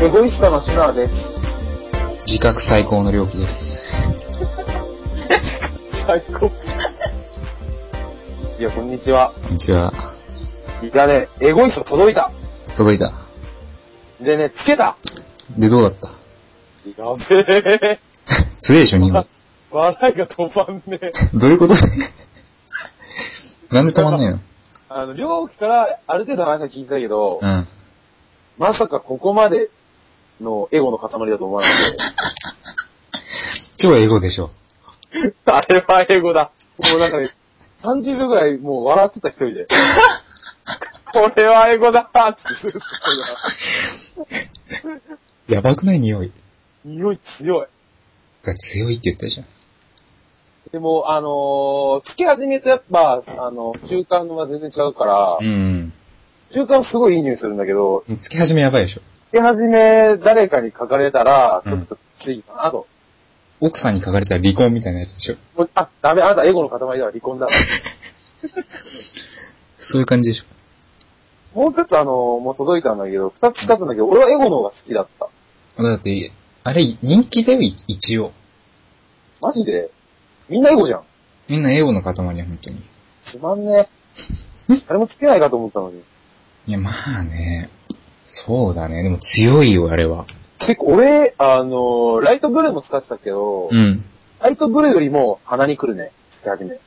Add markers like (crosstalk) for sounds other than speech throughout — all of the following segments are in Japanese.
エゴイストのシノラです。自覚最高の料金です。最高。 (laughs) いや、こんにちは。こんにちは。いやね、エゴイスト届いた。届いた。でね、つけた。で、どうだったやべえ。強いでしょ、日本。笑いが止まんねえ。どういうこと (laughs) なんで止まんないのあの、両機からある程度話は聞いたけど、うん。まさかここまでのエゴの塊だと思わなくて。超エゴでしょ。 (laughs) あれはエゴだ。もうなんかね、30秒ぐらいもう笑ってた一人で。 (laughs) これはエゴだってずっと言ってやばくない匂い。た匂い強い。が強いって言ったじゃん。でも、あのー、つけ始めるとやっぱ、あの、中間のは全然違うから、うん。中間すごいいい匂いするんだけど、つけ始めやばいでしょ。つけ始め誰かに書かれたら、うんちょっときついかなと。奥さんに書かれたら離婚みたいなやつでしょ。もうあ、ダメ、あなたエゴの塊だわ、離婚だわ。そういう感じでしょ。もう一つあの、もう届いたんだけど、二つ使ったんだけど、俺はエゴの方が好きだった。だって、あれ、人気だよ、い一応。マジでみんなエゴじゃん。みんなエゴの塊や、本当に。つまんねえ。誰もつけないかと思ったのに。いや、まあね。そうだね。でも強いよ、あれは。結構俺、あの、ライトブルーも使ってたけど、うん。ライトブルーよりも鼻に来るね。つけ始め。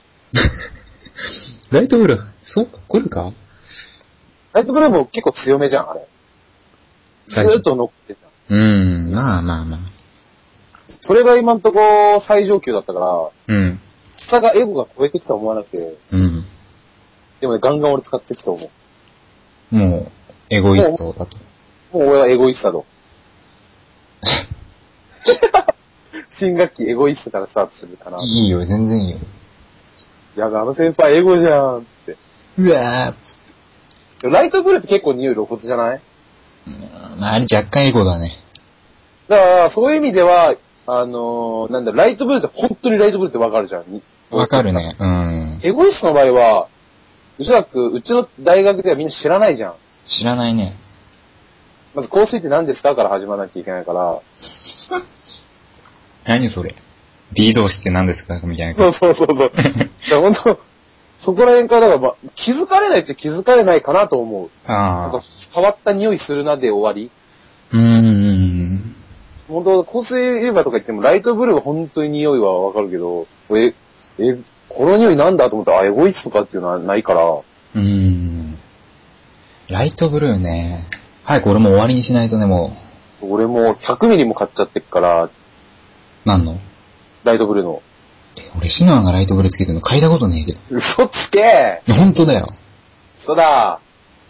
ライトブルー、そうか、来るかライトブルーも結構強めじゃん、あれ。ずーっと乗ってた。うん、まあまあまあ。それが今んとこ最上級だったから、うん。下がエゴが超えてきたと思わなくて、うん。でもね、ガンガン俺使ってきたと思う。もう、エゴイストだと。もう俺はエゴイスタだ。 (laughs) 新学期エゴイスタからスタートするかな。いいいよ、全然いいよ。や、あの先輩エゴじゃんって。うわぁ。でもライトブルーって結構匂い露骨じゃないまあ、あれ若干エゴだね。だから、そういう意味では、あのー、なんだ、ライトブルーって本当にライトブルーってわかるじゃん。にわかるね。うん。エゴイスタの場合は、おそらく、うちの大学ではみんな知らないじゃん。知らないね。まず香水って何ですかから始まらなきゃいけないから。何それ。B 同士って何ですかみたいな。そうそうそうそう。いや、本当そこら辺からだから、まあ、気づかれないって気づかれないかなと思う。なあんあか、。変わった匂いするなで終わり。うーん。本当香水言えばとか言っても、ライトブルーは本当に匂いはわかるけど、え、え、この匂いなんだと思ったら、あ、エゴイスとかっていうのはないから、うーん。ライトブルーね。早く俺も終わりにしないとね、も俺もう100ミリも買っちゃってっから、う。なんのライトブルーの。え俺、シノアがライトブルーつけてるの嗅いだことねえけど。い嘘つけや、ほんとだよ。嘘だ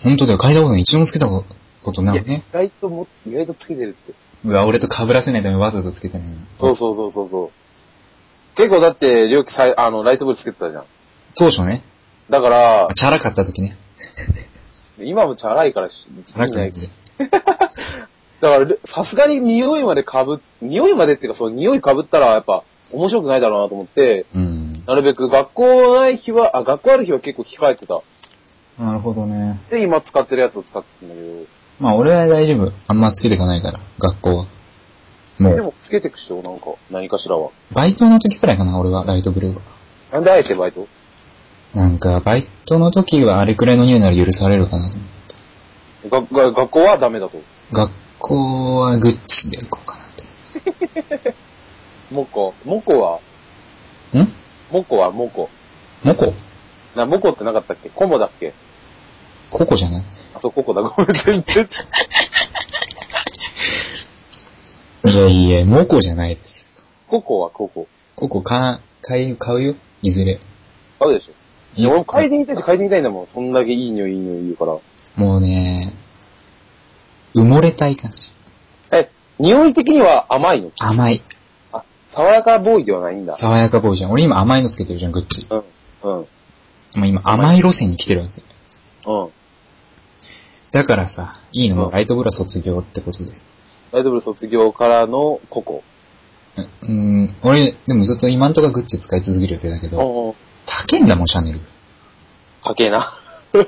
ほんとだよ。嗅いだことない。一度もつけたことないいや、よね意。外とも、意外とつけてるって。うわ、俺と被らせないためにわざとつけてないの。そうそうそうそうそう。結構だって、りょうきさい、あの、ライトブルーつけてたじゃん。当初ね、だから、チャラかった時ね。今もチャラいからし、チャラかった時。だからル、さすがに匂いまで被っ、匂いまでっていうか、その匂い被ったらやっぱ面白くないだろうなと思って、うん。なるべく学校ない日は、あ、学校ある日は結構控えてた。なるほどね。で、今使ってるやつを使ってるんだまあ俺は大丈夫。あんまつけていかないから、学校は。もけど。でう、も、つけてくっしょ、なんか、何かしらは。バイトの時くらいかな、俺は、ライトブルーは。なんであえてバイトなんか、バイトの時はあれくらいの匂いなら許されるかなと思って。がが学校はダメだと。学校はグッチで行こうかなって。モッコ、モッコは、んモッコはモッコ。モコな、モッコってなかったっけコモだっけココじゃないあ、そう、ココだ。ごめん、全然。いやいや、モコじゃないです。ココはココ。ココか、買い、買うよ。いずれ。あるでしょ。いや、俺も嗅いいでみたいって嗅いでみたいんだもん。そんだけいい匂い、いい匂い言うから。もうね、埋もれたい感じ。え、匂い的には甘いの甘い。あ、爽やかボーイではないんだ。爽やかボーイじゃん。俺今甘いのつけてるじゃん、グッチ。うん。うん。もう今甘い路線に来てるわけ。うん。だからさ、いいのもライトブラ卒業ってことで。ライトブル卒業からのココ。ううん、俺、でもずっと今んとこはグッチ使い続ける予定だけど、お高いんだもん、シャネル。高えな。 (laughs)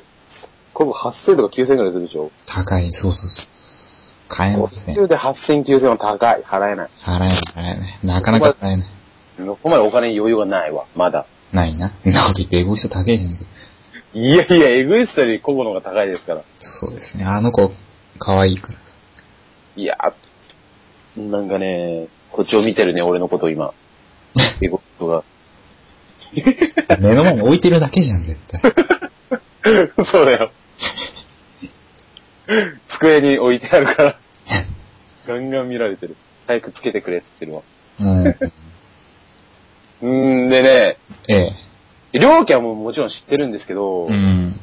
ココ8000とか9000ぐらいするでしょ高い、そうそうそう。買えません。払50で8000、9000は高い。払えない。えない、払えない。なかなか買えない。そこまでお金に余裕がないわ。まだ。ないな。そんなこと言ってエゴイスト高いじゃんけど。いやいや、エグイストよりココの方が高いですから。そうですね。あの子、可愛いから。いやー、なんかね、こっちを見てるね、俺のこと (laughs) 今。 (laughs) エゴイストが。目の前に置いてるだけじゃん、絶対。そうだよ。机に置いてあるから、ガンガン見られてる。早くつけてくれって言ってうん。るわ。うーん、でね、ええ。両家はもうもちろん知ってるんですけど、うん。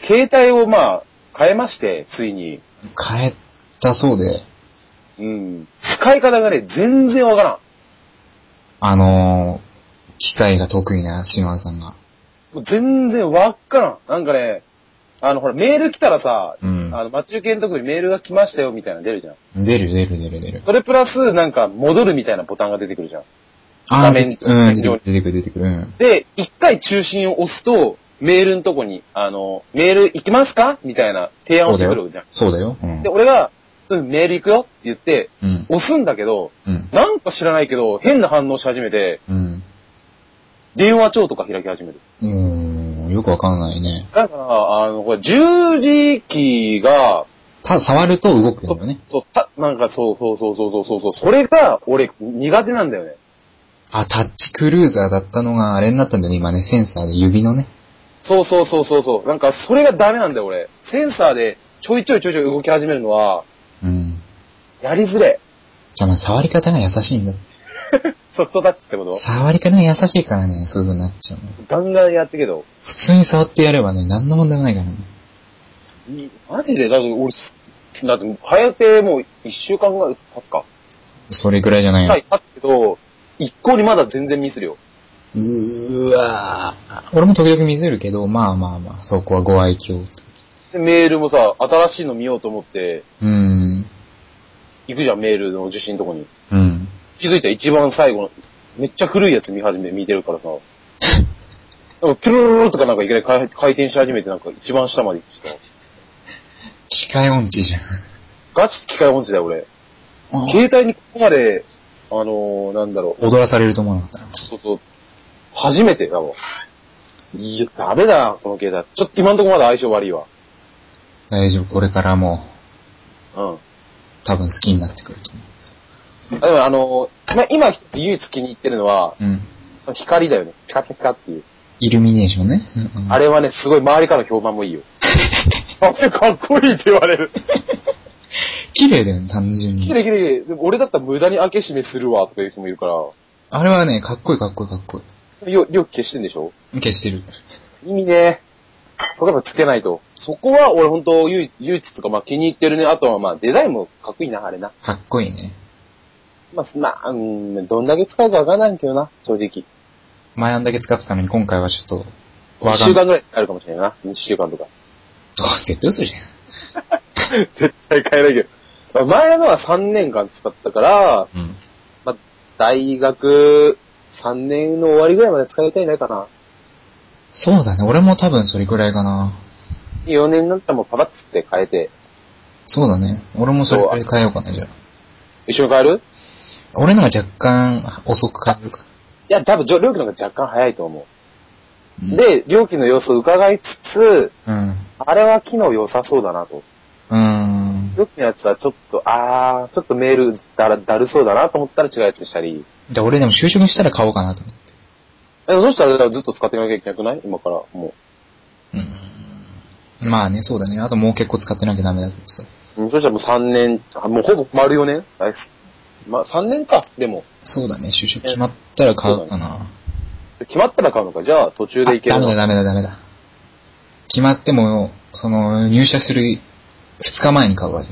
携帯をまあ、変えまして、ついに。変えたそうで、うん。使い方がね、全然わからん。あのー、機械が得意な篠原さんが。もう全然わっからん。なんかね、あの、ほら、メール来たらさ、うん。あの、待ち受けのとこにメールが来ましたよ、みたいなの出るじゃん。出る出る出る出る。それプラス、なんか、戻るみたいなボタンが出てくるじゃん。あー画面うん、出てくる出てくる出てくる。うんで、一回中心を押すと、メールのとこに、あの、メール行きますかみたいな提案をしてくるじゃん。そうだよ。うんで、。俺が、うん、メール行くよって言って、うん。押すんだけど、うん。なんか知らないけど、変な反応し始めて、うん。電話帳とか開き始める。うーん、よくわかんないね。だから、あの、これ、十字キーが、ただ触ると動くんだよね。そう、た、なんかそうそうそうそうそうそう、それが、俺、苦手なんだよね。あ、タッチクルーザーだったのがあれになったんだよね、今ね、センサーで指のね。そうそうそうそうそう。なんか、それがダメなんだよ、俺。センサーで、ちょいちょいちょいちょい動き始めるのは、うん。やりづれえ。じゃあまあ触り方が優しいんだ。ソフトタッチってこと触り方が優しいからね、そういう風になっちゃうの。ガンガンやってけど。普通に触ってやればね、何の問題もないからね。いマジでだって俺す、だって、変えてもう一週間ぐらい経つか。それぐらいじゃないのはい、経つけど、一向にまだ全然ミスるよ。うーわー俺も時々見せるけど、まあまあまあ、そこはご愛嬌。うで、メールもさ、新しいの見ようと思って、ーん。行くじゃん、メールの受信のとこに。うん。気づいたら一番最後の、めっちゃ古いやつ見始め、見てるからさ。なんかピュルルルルとかなんかいきなり回回転し始めてなんか一番下まで行ってさ。機械音痴じゃん。ガチ機械音痴だよ、俺。携帯にここまで、あのー、なんだろう、踊らされると思わなかった。そうそう。初めてだもん。いや、ダメだな、この携帯。ちょっと今のところまだ相性悪いわ。大丈夫、これからもうん。う、多分好きになってくると思でもあの、まあ、今唯一気に入ってるのは、う。うん。光だよね。ピカピカっていう。イルミネーションね。うんあれはね、すごい周りからの評判もいいよ。あれかっこいいって言われる。綺麗だよね、単純きに。れいきれい。でも俺だったら無駄に開け閉めするわ、とかいう人もいるから。あれはね、かっこいいかっこいいかっこいよ、よく消してんでしょい。消してる。意味ね。そこやっぱつけないと。そこは俺ほんと唯唯一とかまあ気に入ってるね。あとはまあデザインもかっこいいな、あれな。かっこいいね。まあ、まあ、うん、どんだけ使うかわからんけどな、正直。前あんだけ使ってたのに今回はちょっと、 1わが週間ぐらいあるかもしれないな。1週間とか。 (laughs) どう絶対嘘じゃん。絶対買えないけど。まあ前のは3年間使ったから、うん。大学3年の終わりぐらいまで使いたいないかな。そうだね、俺も多分それくらいかな。 4年になったらもうパパッつって変えて。そうだね。俺もそれくらい変えようかな、じゃあ。一緒に変える俺のが若干遅く変えるか。いや、多分、料金の方が若干早いと思う。うん、で、料金の様子を伺いつつ、うん。あれは機能良さそうだなと。うーん。料金のやつはちょっと、あー、ちょっとメールだら、だるそうだなと思ったら違うやつしたり。で、俺でも就職したら買おうかなと思って。え、そしたらずっと使っていかなきゃいけなくない今から、もうん。まあね、そうだね。あともう結構使ってなきゃダメだけどさ。う。うんそしたらもう3年、あもうほぼ丸4年あすまあ、3年か、でも。そうだね、就職決まったら買うかな。決まったら買うのか。じゃあ、途中でいけあるダメだの。ダメだダメだ。決まっても、その、入社する2日前に買うわじ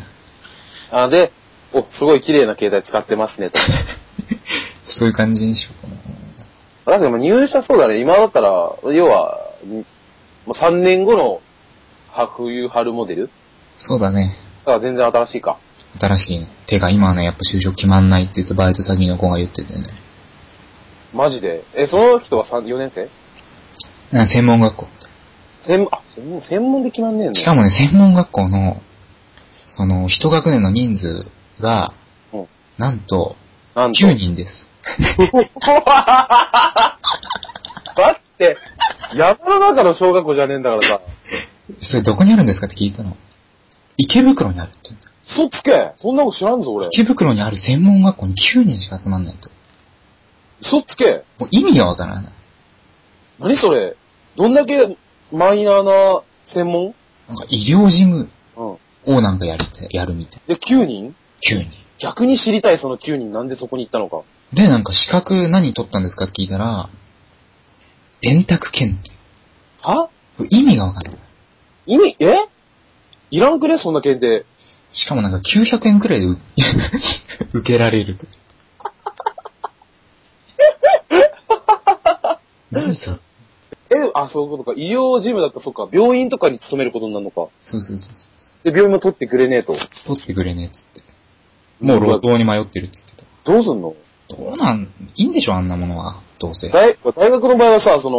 ゃん。あ、で、お、すごい綺麗な携帯使ってますね、 (laughs) と。そういう感じにしようかな。確かにもう入社そうだね。今だったら、要は、んもう3年後の、は冬春モデルそうだね。だから全然新しいか。新しいね。てか今ね、やっぱ就職決まんないって言ってバイト先の子が言っててね。マジで。え、その人は3、4年生なんか専門学校。専門、あ、専門、専門で決まんねえんだ。しかもね、専門学校の、その、一学年の人数がうん、なんと、なんと。 9人です。だって、山の中の小学校じゃねえんだからさ。それどこにあるんですかって聞いたの。池袋にあるって。嘘つけそんなこと知らんぞ、俺。池袋にある専門学校に9人しか集まんないと。嘘つけもう意味がわからない。何それどんだけマイナーな専門なんか医療事務うん。をなんかやりて、やるみたい。で、9人9人。逆に知りたい、その9人。なんでそこに行ったのか。で、なんか資格何取ったんですかって聞いたら、電卓検定。はこれ意味がわからない。意味、えいらんくねそんな検定。しかもなんか900円くらいでう (laughs) 受けられる。何それえ、あ、そういうことか。医療事務だったらそっか。病院とかに勤めることになるのか。そうそうそうそで、病院も取ってくれねえと。う。取ってくれねえっつって。もう路頭に迷ってるっつってた。どうすんのどうなん、いいんでしょあんなものは。どうせ。大大学の場合はさ、その、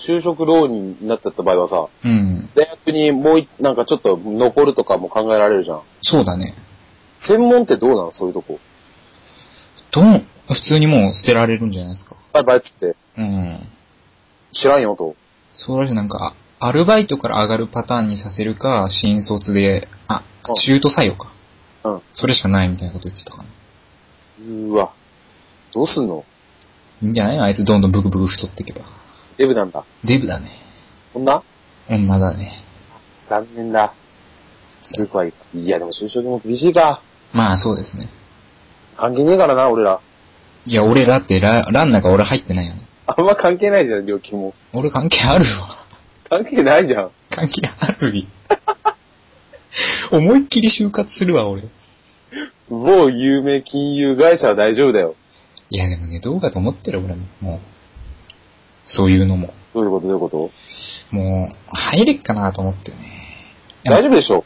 就職浪人になっちゃった場合はさ、うん。大学にもうい、なんかちょっと残るとかも考えられるじゃん。そうだね。専門ってどうなのそういうとこ。どう、普通にもう捨てられるんじゃないですか。バイバイっつって、うん。知らんよと。そうらしい、なんか、アルバイトから上がるパターンにさせるか、新卒で、あうん、中途採用か。うん。それしかないみたいなこと言ってたかな。うーわ。どうすんのいいんじゃないあいつどんどんブクブク太っていけば。デブなんだ。デブだね。女女だね。残念だ。ルクはいい。いや、でも就職も厳しいか。まあそうですね。関係ねえからな、俺ら。いや、俺だってラ、ランナーが俺入ってないよね。あんま関係ないじゃん、料金も。俺関係あるわ。 (laughs) 関係ないじゃん。関係あるび。 (laughs) 思いっきり就活するわ、俺。い某有名金融会社は大丈夫だよ。や、でもね、どうかと思ってる、俺も。もう。そういうのも。どういうことどういうこともう、入れっかなと思ってね。いや大丈夫でしょ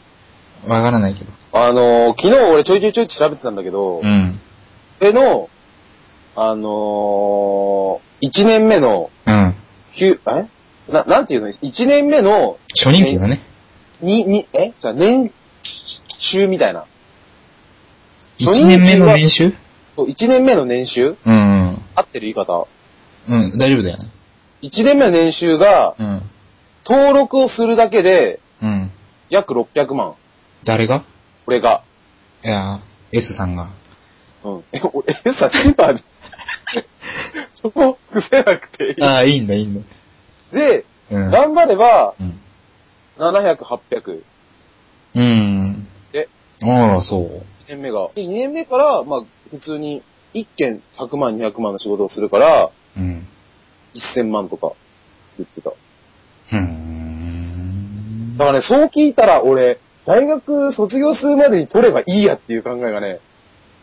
わからないけど。あのー、昨日俺ちょいちょいちょいって調べてたんだけど、うん。俺の、あのー、1年目の、うん。 9、えな、なんていうの ?1 年目の、初任給だね。に、に、えじゃあ年収みたいな。初一任給が年目の年収1年目の年収うん。うん合ってる言い方。うん、大丈夫だよね。 1年目の年収が、うん。登録をするだけで、うん。約600万。誰がこれが。いや、S さんが。うん。え、俺、え、さ、シンパじゃん。 (laughs) そこ、癖なくていい。ああ、いいんだ、いいんだ。で、うん。頑張れば、うん。 700、800。うん。えあら、そう。 1年目が。で、2年目から、まあ、普通に、1件100万、200万の仕事をするから、うん。 1000万とか、って言ってた。だうーん。からね、そう聞いたら、俺、大学卒業するまでに取ればいいやっていう考えがね、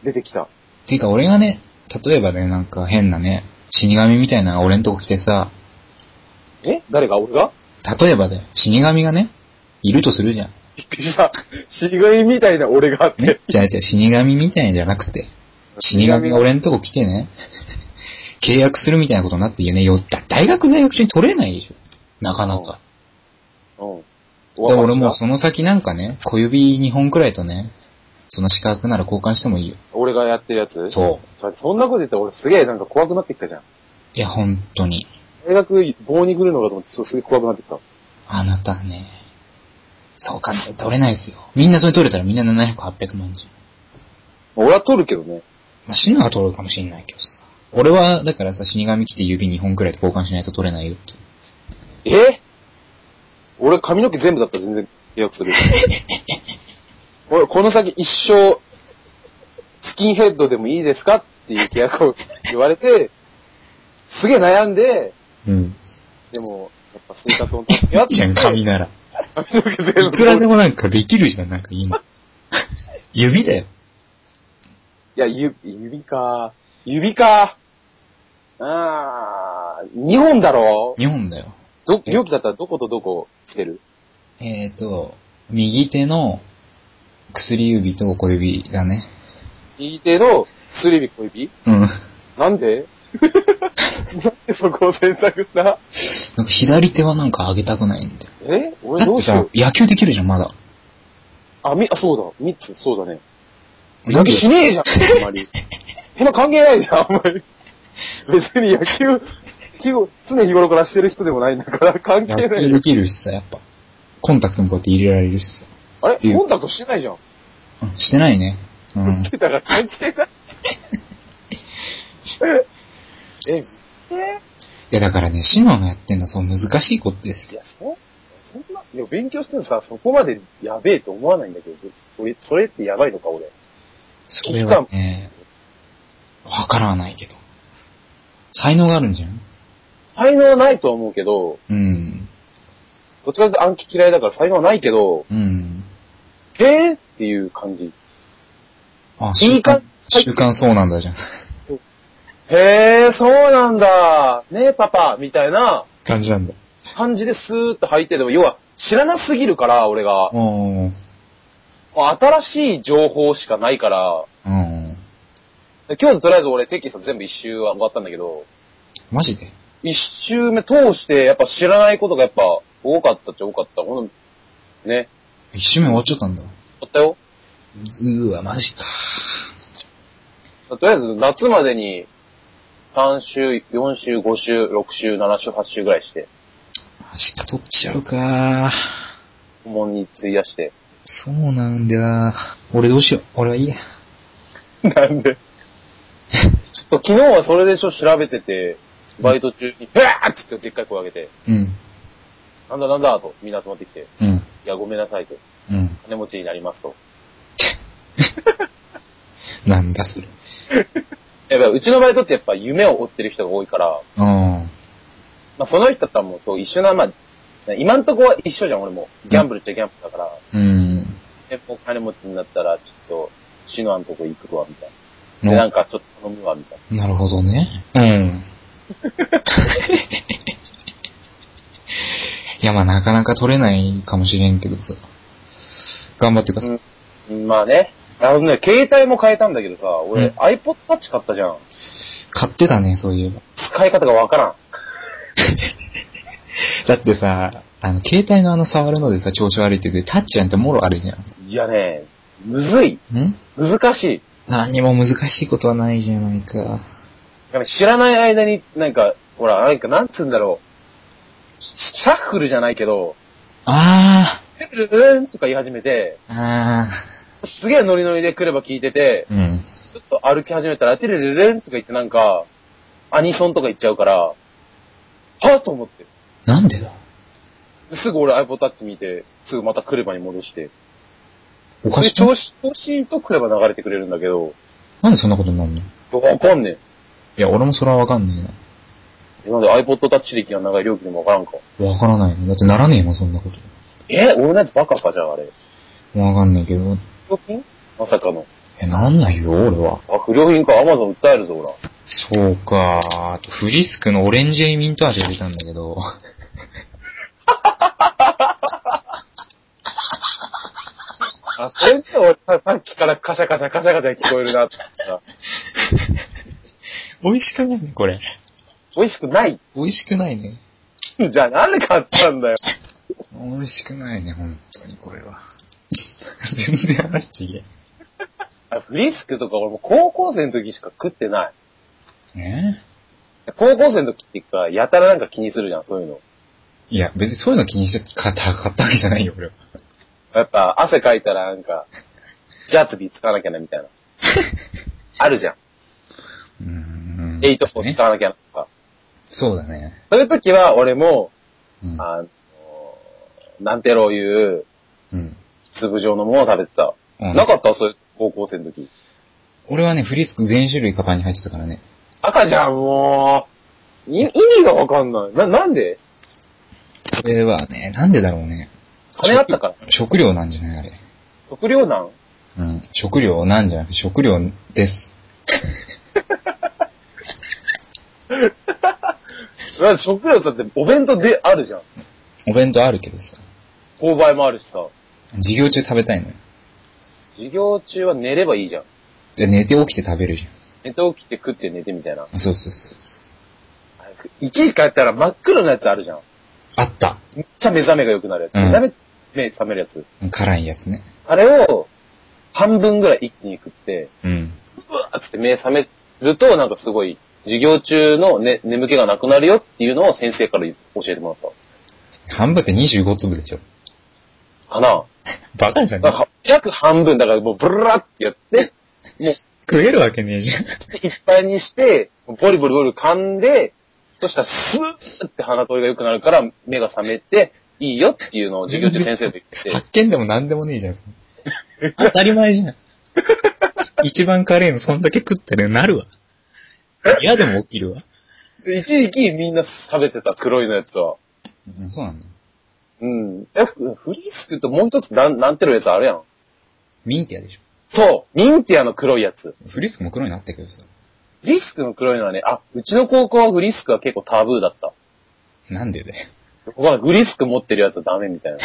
出てきた。てか、俺がね、例えばね、なんか変なね、死神みたいなのが俺んとこ来てさ、え誰が俺が例えばだよ、死神がね、いるとするじゃん。びっくりした。 (laughs) 死神みたいな俺があって。 (laughs) ね、じゃあじゃあ死神みたいじゃなくて、死神が俺んとこ来てね、契約するみたいなことになって言うね、よ、だ大学大学中に取れないでしょ。なかなか。うん。で、俺もうその先なんかね、小指2本くらいとね、その資格なら交換してもいいよ。俺がやってるやつそう。だってそんなこと言ったら俺すげえなんか怖くなってきたじゃん。いや、本当に。大学棒に来るのかと思ってそうすげえ怖くなってきた。あなたね、そうか、取れないですよ。みんなそれ取れたらみんな700、800万じゃん。俺は取るけどね。まあ、死ぬは取るかもしんないけどさ。俺は、だからさ、死神来て指2本くらいと交換しないと取れないよって。え俺髪の毛全部だったら全然契約 (laughs) する。俺この先一生、スキンヘッドでもいいですかっていう契約を言われて、すげえ悩んで、うん。でも、やっぱ生活のためにはっいいじゃん、て、紙なら。髪の毛全部。いくらでもなんかできるじゃん、なんか今。 (laughs) 指だよ。いや、ゆ、指か。指か。あー、2本だろ2本だよ。ど、容器だったらどことどこつけるえーと、右手の薬指と小指だね。右手の薬指小指うん。なんなんでなんでそこを選択したか左手はなんか上げたくないんだよ。え俺だどっうてしよさう、。野球できるじゃん、まだ。あ、み、あ、そうだ。三つ、そうだね。だ野け球どしねえじゃん、あんまり。そんな関係ないじゃん、あんまり。別に野 (laughs) 球、基本常日頃からしてる人でもないんだから、関係野な球い。できるしさ、やっぱ。コンタクトもこうやって入れられるしさ。あれコンタクトしてないじゃん。うんしてないね。うん。だから関係ない。 (laughs) え、えいや、だからね、シノのやってんのはそう難しいことですいよ。や、そ、そんな、いや、勉強してるのさ、そこまでやべえと思わないんだけど、俺、それってやばいのか、俺。それはね、わからないけど。才能があるんじゃん才能はないとは思うけど、うん。どっちかというと暗記嫌いだから才能はないけど、うん。へーっていう感じ。あ、い習いか慣、習慣そうなんだじゃん。へー、そうなんだ。ねえ、パパ、みたいな感じなんだ。感じでスーッと入って、でも、要は、知らなすぎるから、俺が。おー。新しい情報しかないから、うん。で今日のとりあえず俺テキスト全部一周は終わったんだけど、マジで一周目通して、やっぱ知らないことがやっぱ多かったっちゃ多かった。ほんとね、一周目終わっちゃったんだ。あったよ。うーわ、マジか。とりあえず夏までに3週、4週、5週、6週、7週、8週ぐらいして、マジか、取っちゃうか。顧問に費やして。そうなんだよ。俺どうしよう。俺はいいや。なんでちょっと昨日はそれでしょ、調べてて、バイト中に、へーっつってでっかい声上げて、うん。なんだなんだと、みんな集まってきて、いうん。や、ごめんなさいと、うん。金持ちになりますと。なんだ、それ。やっぱうちのバイトってやっぱ夢を追ってる人が多いから、うん。まあその人とはもうと一緒な、まあ、今んとこは一緒じゃん、俺も。ギャンブルっちゃギャンブルだから、うん。え、もう金持ちになったら、ちょっと、シノアのとこ行くわ、みたいな。で、ななんかちょっと頼むわ、みたいな。なるほどね。うん。 (laughs) いや、まあなかなか取れないかもしれんけどさ。頑張ってください。うんまあね。あのね、携帯も変えたんだけどさ、俺、うん iPod Touch 買ったじゃん。買ってたね、そういえば。使い方がわからん。だってさ、あの、携帯のあの触るのでさ、調子悪いってて、タッチなんてもろあるじゃいやね、むずい。ん。ん難しい。何も難しいことはないじゃないか。なんか知らない間に、なんか、ほら、なんか、なんつうんだろう。シシャッフルじゃないけど、あルルルンとか言い始めて、ー、あすげえノリノリで来れば聞いてて、ー、うん。ちょっと歩き始めたら、テレレレンとか言ってなんか、アニソンとか言っちゃうから、はぁと思って。なんでだですぐ俺 iPod Touch 見て、すぐまたクレバに戻して。おそかれしい。調子、調子いいとクレバ流れてくれるんだけど、なんでそんなことになるのいわかんねや、俺もそれはわかんねえ。なんで iPod Touch 歴が長い料金でもわからんか。えな。わからないの。だってならねえもん、そんなこと。え俺のやつバカかじゃん、あれ。わかんないけど。料金まさかの。え、なんないよ、俺は。あ、不良品か、アマゾン訴えるぞ、ほら。そうか。あと、フリスクのオレンジエイミント味が出たんだけど。あ、それって俺、さっきからカシャカシャカシャカシャ聞こえるなって思ったら。美味しくないね、これ。美味しくない。美味しくないね。じゃあなんで買ったんだよ。美味しくないね、本当に、これは。全然話ちげあフリスクとか俺も高校生の時しか食ってない。え。ね高校生の時っていうか、やたらなんか気にするじゃん、そういうの。いや、別にそういうの気にして買った買ったわけじゃないよ、俺は。やっぱ汗かいたらなんか、ギャツビー使わなきゃなみたい (laughs) な。あるじゃん。うーんエイトフォーね使。わなきゃなとか。そうだね。そういう時は俺も、うん。あの、なんてろういううん。粒状のものを食べてた。うんなかったそういう高校生の時。俺はね、フリスク全種類カバンに入ってたからね。赤じゃん、もう。い意味がわかんない。な、なんでそれはね、なんでだろうね。金あった (laughs) から。食料なんじゃないあれ。食料難うん。食料なんじゃなくて、食料です。だって食料だってお弁当であるじゃん。お弁当あるけどさ。購買もあるしさ。授業中食べたいのよ。授業中は寝ればいいじゃん。じゃあ寝て起きて食べるじ寝て起きて食って寝てみたいな。ゃん。そうそうそう。一時帰ったら真っ黒なやつあるじゃん。あった。めっちゃ目覚めが良くなるやつ。うん目覚め、目覚めるやつ。辛いやつね。あれを、半分ぐらい一気に食って、うん。うわーっつって目覚めると、なんかすごい、授業中の、ね、眠気がなくなるよっていうのを先生から教えてもらっ半分って25粒でしょ。た。かなバカじゃねだから約半分、だからもうブラーってやって、もう食えるわけねえじゃん。口いっぱいにして、ボリボリボリ噛んで、そしたらスーって鼻通りが良くなるから目が覚めて、いいよっていうのを授業中先生と言っ発見でも何でもねえじゃん。当たり前じゃん。一番辛いのそんだけ食ったらなるわ。嫌でも起きるわ。て、一時期みんな食べてた黒いのやつは。うん、そうなんだ。うん。え、フフリースクともう一つなん、なんてるやつあるやん。ミンティアでしそうミンティアの黒いやつ。ょ。フリスクも黒になったけどさ。フリスクの黒いのはね、あ、うちの高校はフリスクは結構タブーだった。なんでだよ。 (laughs) 他のフリスク持ってるやつはダメみたいな。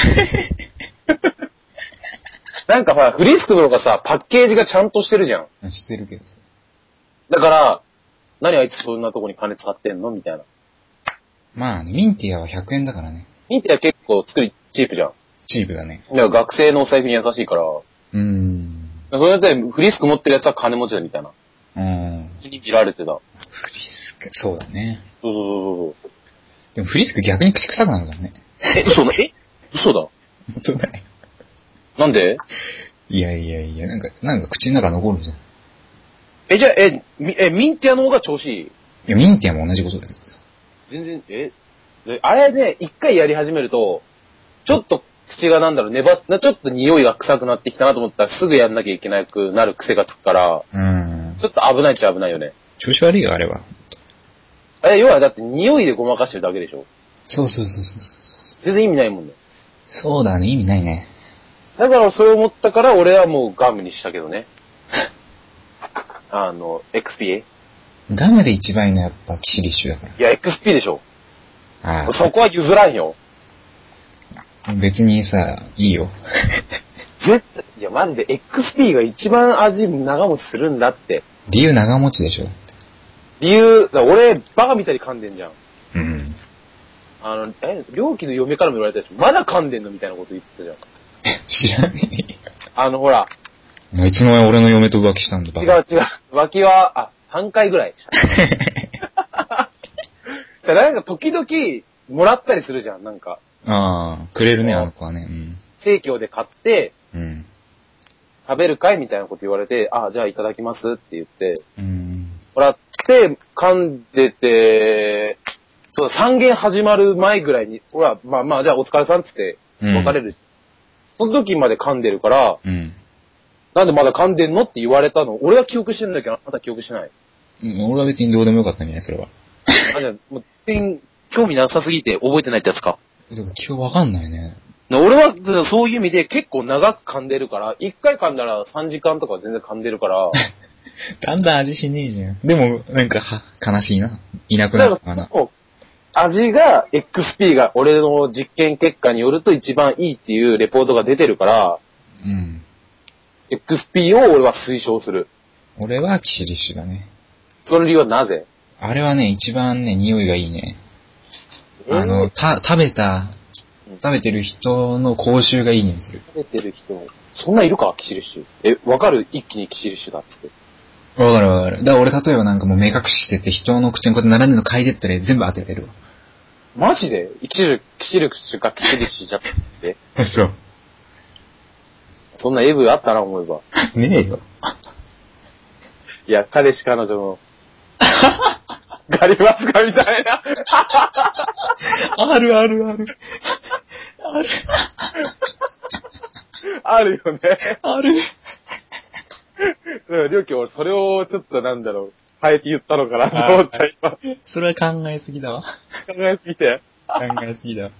なんかほら、フリスクの方がさ、パッケージがちゃんとしてるじゃん。してるけどさ。だから、何あいつそんなとこに金使ってんのみたいな。まあ、ミンティアは100円だからね。ミンティア結構作りチープじゃん。チープだね。だから学生のお財布に優しいから、うーん。それでフリスク持ってるやつは金持ちだみたいな。うん。普通に見られてた。そうフリスク、そうだね。そうそうそう。でもフリスク逆に口臭くなるからね。え、嘘だ、え嘘だ。本当だよ。なんでいやいやいや、なんか、なんか口の中残るじゃん。いえ、じゃあ、え、みえ、ミンティアの方が調子いいや、ミンティアも同じことだけどさ。全然、えであれね、一回やり始めると、ちょっと口がなんだろう、粘っな、ちょっと匂いが臭くなってきたなと思ったらすぐやんなきゃいけなくなる癖がつくから、うん。ちょっと危ないっちゃ危ないよね。調子悪いよ、あれは。え、要はだって匂いでごまかしてるだけでしょそうそうそうそう。全然意味ないもんね。そうだね、意味ないね。だからそれを思ったから俺はもうガムにしたけどね。 (laughs) あの、XP? ガムで一番いいのはやっぱキシリッシュだかいや、XP でしょ。ら。あそこは譲らんよ。あ、別にさ、いいよ。絶対、いや、マジで XP が一番味長持ちするんだって。理由長持ちでしょ。理由、だから俺、バカみたいに噛んでんじゃん。うん。あの、え、両機の嫁からも言われたでしょ。まだ噛んでんのみたいなこと言ってたじゃん。知らねあの、ほら、え。いつの間に俺の嫁と浮気したんだ、違バうカ。違う。脇は、あ、3回ぐらいした。 (laughs) じゃあなんか時々、もらったりするじゃん、なんか。ああ、くれるね、あの子はね。うん。生協で買って、うん。食べるかいみたいなこと言われて、あ、じゃあいただきますって言って、うん。もらって、噛んでて、そうだ、3弦始まる前ぐらいに、ほら、まあまあ、じゃあお疲れさんっつって、うん別れる。その時まで噛んでるから、うん。なんでまだ噛んでんのって言われたの。俺は記憶してるんだけど、あなた記憶してない。うん俺は別にどうでもよかったんじゃないそれは。あ、じゃあ、もう、全然興味なさすぎて覚えてないってやつか。だから今日わかんないね。な俺は、だからそういう意味で結構長く噛んでるから、一回噛んだら3時間とか全然噛んでる (laughs) から、だんだん味しねえじゃん。でも、なんか、は、悲しいな。いなくだかならったそかな。の、味が、XP が俺の実験結果によると一番いいっていうレポートが出てるから、うん。 XP を俺は推奨する。俺はキシリッシュだね。その理由はなぜあれはね、一番ね、匂いがいいね。あうの、んた、食べた、食べてる人の口臭がいい匂いする。食べてる人、そんないるかキシリッシュ。え、わかる一気にキシリッシュだっつって。わかるわかる。だから俺例えばなんかもう目隠ししてて人の口にこうやって並んでるの嗅いでったら全部当ててるマジでキシル、キシルクシュかキシリッシュじゃなくて。 (laughs) わ。そう。そんなエブあったな、思えば。ねえよ。いや、彼氏彼女の。ガリバスかみたいな。あるあるある。あるよね。ある。だから、りょうき、俺、それをちょっとなんだろう、変えて言ったのかなと思った、今。考それは考えすぎだわ。えすぎて。考えすぎだわ。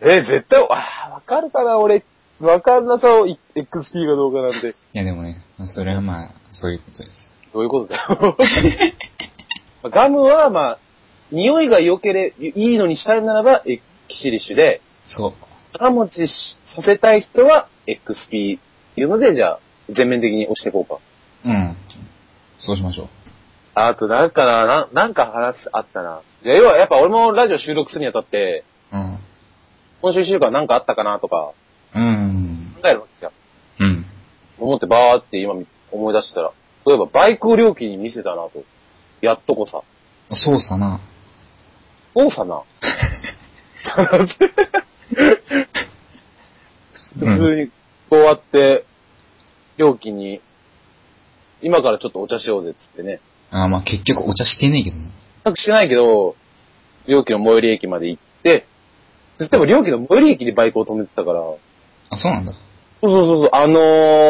え、絶対、あーわかるかな、俺。わかんなさを、い XP がどうかなんて。いやでもね、まあそれはまあ、そういうことです。どういうことだよ。ガムは、まあ、匂いが良ければ、いいのにしたいならば、えキシリッシュで、そう。長持ちしさせたい人は XP っていうので、じゃあ、全面的に押していこうか。うん。そうしましょう。あと、なんかな、ななんか話すあったな。いや、要は、やっぱ俺もラジオ収録するにあたって、うん。今週一週間なんかあったかなとか、うん。考えるわけじゃん。うん。思ってバーって今見思い出したら、例えばバイクを料金に見せたなと。やっとこさ。そうさな。そうさ (laughs) な。う普ん。通にこうやって、料金に、今からちょっとお茶しようぜっつってね。あまあ結局お茶してねえけどね。全くしてないけど、料金の最寄り駅まで行って、つっても料金の最寄り駅でバイクを止めてたから、そうあ、そうなんだ。そうそうそう、あの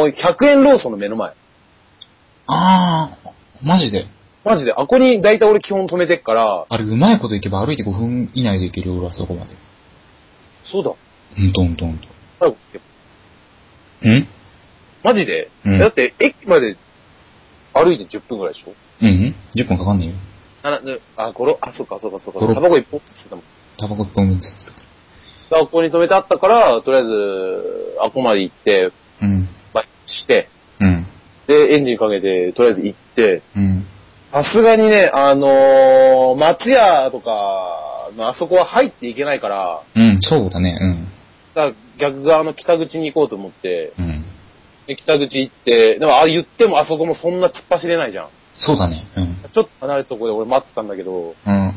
ー、100円ローソンの目の前。ああ、マジで。マジで、あこに大体俺基本止めてっから、あれ、うまいこといけば歩いて5分以内で行けるよ、俺はそこまで。そうだ、うんとうんとうんと。早く行けうんマジで、うんだって駅まで歩いて10分ぐらいでしょうんうん ?10 分かかんねえよ。あ、なであ、ゴロ、あ、そうか、そうか、そうゴか、ロタバコ一本っつってたもん。タバコ1本分っつってたかあここに止めてあったから、とりあえず、あこまで行って、ら。うん。バイクして、うん。で、エンジンかけて、とりあえず行って、うん。さすがにね、あのー、松屋とかのあそこは入っていけないから、うん、そうだね。だから逆側の北口に行こうと思って、うん。うん。で、北口行って、でも、あ、言ってもあそこもそんな突っ走れないじゃん。そうだね。うん。ちょっと離れたところで俺待ってたんだけど、うん。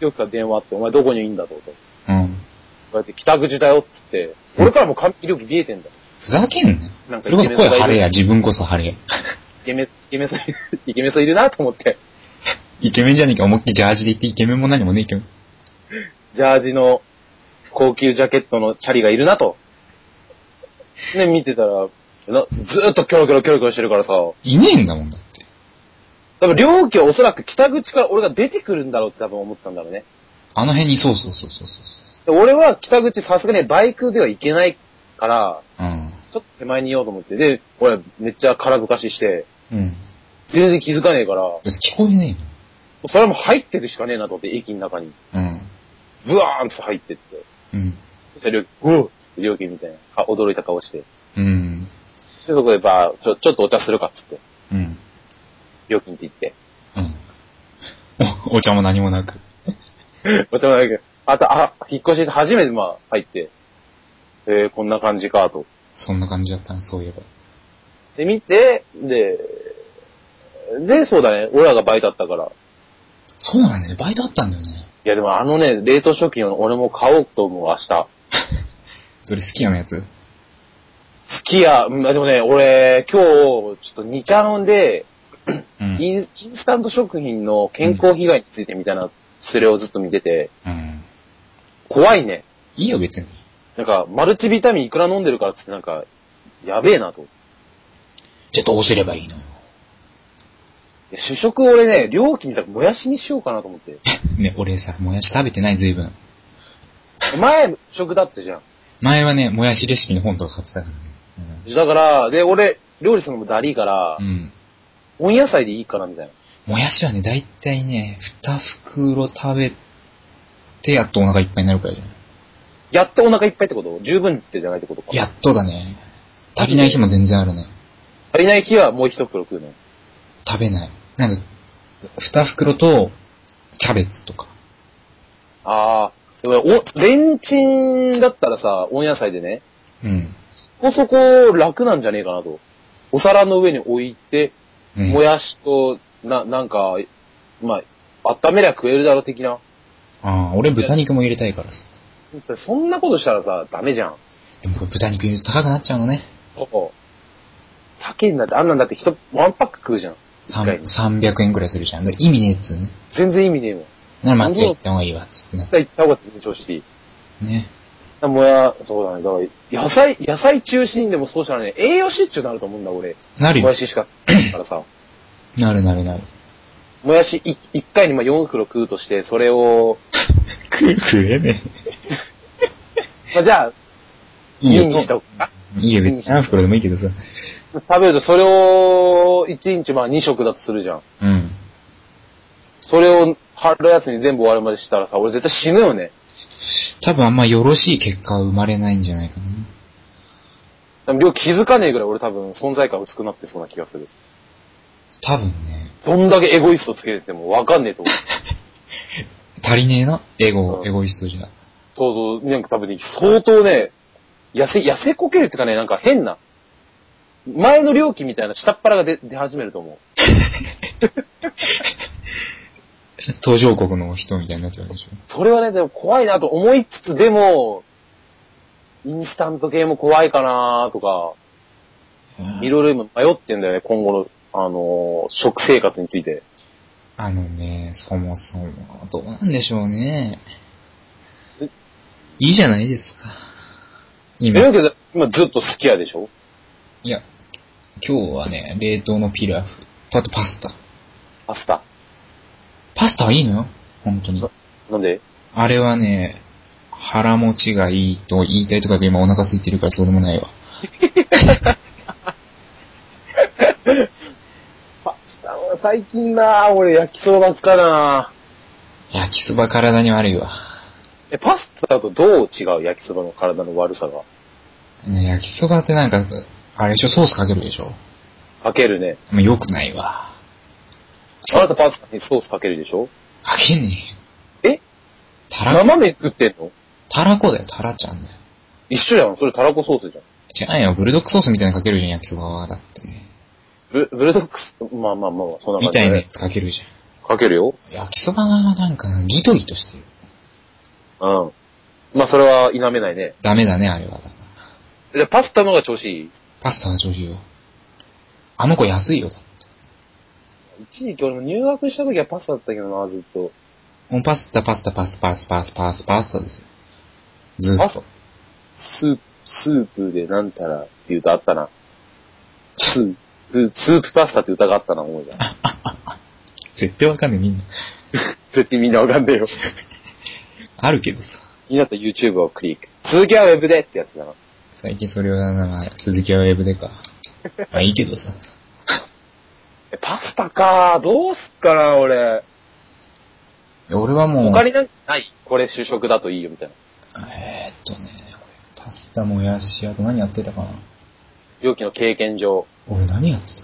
よくから電話あって、お前どこにいいんだと、と。こうん。うやって北口だよ、っつって。うん俺からも完璧料金見えてんだ。ふざけんなよなん。かそれこそ声晴れや、イ自分こそ晴れや。イケメン、イケメンさん、イケメンさんいるなと思って、イケメンじゃねえか、思いっきりジャージで言って、イケメンも何もねえけど。ジャージの高級ジャケットのチャリがいるなと。ね、見てたら、なずーっとキョロキョロキョロキョロしてるからさ、いねえんだもんだって。多分両家おそらく北口から俺が出てくるんだろうって多分思ったんだろうね。あの辺に、そうそうそうそうそう。で俺は北口さすがにバイクでは行けないから、うん。ちょっと手前にいようと思って、で、俺めっちゃ空ぶかしして、うん。全然気づかねえから、聞こえねそれはもう入ってるしかねえなと思って、駅の中に。えもん。ブワーンって入ってって。うん。そしたら料金、うおっつって料金みたいな、か驚いた顔して。で、うん。そこでば、ちょ、ちょっとお茶するかっつって、うん。料金って言うん。お、お茶も何もなく。って。お茶もないけど、あと、あ、引っ越して初めてまあ入って、えー、こんな感じかと。そんな感じだったな、そういえば。で、見て、で、で、そうだね、俺らがバイトあったから。そうなんだよね。バイトあったんだよね。いや、でもあのね、冷凍食品を俺も買おうと思う、明日。それ好きやのやつ好きや、うんでもね、俺、今日、ちょっと2ちゃんで、うんインスインスタント食品の健康被害についてみたいな、それをずっと見てて、うん。怖いね。いいよ、別に。なんか、マルチビタミンいくら飲んでるからっつってなんか、やべえなと。いじゃあどうすればいいのよ。や主食俺ね、料金見たらもやしにしようかなと思 (laughs) って。ね、俺さ、もやし食べてない、随分。前、主食だったじゃん。前はね、もやしレシピの本とか買ってたからね。だから、で、俺、料理するのもダリーからう、ん。温野菜でいいかなみたいな。もやしはね、だいたいね、二袋食べて、やっとお腹いっぱいになるからいじゃない。やっとお腹いっぱいってこと十分ってじゃないってことか。やっとだね。足りない日も全然あるね。足りない日はもう一袋食うの。食べない。なんか、二袋と、キャベツとか。あー。でもねお、レンチンだったらさ、温野菜でね、うん。そこそこ楽なんじゃねえかなと。お皿の上に置いて、うん、もやしと、な、なんか、まあ、温めりゃ食えるだろ的な。ああ、俺豚肉も入れたいからさ。そんなことしたらさ、ダメじゃん。でもこれ豚肉入れると高くなっちゃうのね。そう。高いんだって、あんなんだって人、ワンパック食うじゃん。一さん回に300円くらいするじゃん。だから意味ねえっつうね。全然意味ねえもん。なら町屋行った方がいいわ、つってなっ絶対行った方が全然調子いい。てね。だからもや、そうだね。だから、野菜、野菜中心でもそうしたらね、栄養失調になると思うんだ、俺。なるもよや。ししかないからさ。なるなるなる。もやしい一回にまあ4袋食うとして、それを、く、くれねまあ、じゃあ、いい家よにしとくか。いいよ、別いいにし何袋でもいいけどさ。食べるとそれを、1日まあ2食だとするじゃん。うん。それを春休み全部終わるまでしたらさ、俺絶対死ぬよね。多分あんまよろしい結果は生まれないんじゃないかでな。も、りょう気づかねえぐらい俺多分存在感薄くなってそうな気がする。多分ね、どんだけエゴイストつけててもわかんねえと (laughs) 思う。足りねえな、エゴ、うんエゴイストじゃ。そうそう、なんか多分ね、相当ね、痩せ、痩せこけるっていうかね、なんか変な、前の料金みたいな下っ腹が出、出始めると思う。途上国の人みたいになっちゃうんでしょ。それはね、でも怖いなと思いつつ、でも、インスタント系も怖いかなとか、いろいろ今迷ってんだよね、今後の、あのー食生活について。あのね、そもそも、どうなんでしょうねえ。いいじゃないですか。今え、、だけど、今ずっと好きやでしょいや、今日はね、冷凍のピラフ。とあとパスタ。パスタ。パスタはいいのよ。本当に。なんであれはね、腹持ちがいいと言いたいとかが今お腹空いてるからそうでもないわ。パスタは最近な俺焼きそばばっかだな焼きそば体に悪いわ。え、パスタとどう違う焼きそばの体の悪さが。ね焼きそばってなんか、あれでしょ、ソースかけるでしょ。かけるね。もう良くないわ。あなたパスタにソースかけるでしょかけねえよ。えたら、生麺食ってんのたらこだよ、たらちゃんだよ。一緒やん。それタラコソースじゃん。違うよ、ブルドックソースみたいなのかけるじゃん、焼きそばは。だって。ブブルドックス、まあまあまあまあ、そんなみ感じただいなやね。つかけるじゃかけるよ。ん。焼きそばはなんか、ギトギトしてる。うん。まあそれは否めないね。ダメだね、あれは。だからで、パスタの方が調子いい。パスタは調子いいよ。あの子安いよ、だって。一時期俺も入学した時はパスタだったけどな、ずっと。もうパスタ、パスタ、パスタ、パスタ、パスタ、パスタ、パスタですよ。ずっパスと。スープ、スープでなんたらっていう歌あった (laughs) な。スープ、スープパスタって歌があったな、思うじゃ (laughs) ん。絶対わかんねえ、みんな。絶対みんなわかんねえよ。あるけどさ。気になった YouTube をクリック。続きはウェブでってやつだな。最近それはな、まあ、続きはウェブでか。まあいいけどさ。え、パスタかどうすっかな、俺。俺はもう、他になんかないこれ主食だといいよ、みたいな。えーっとね、これパスタ、もやし、あと何やってたかな。容器の経験上。俺何やってた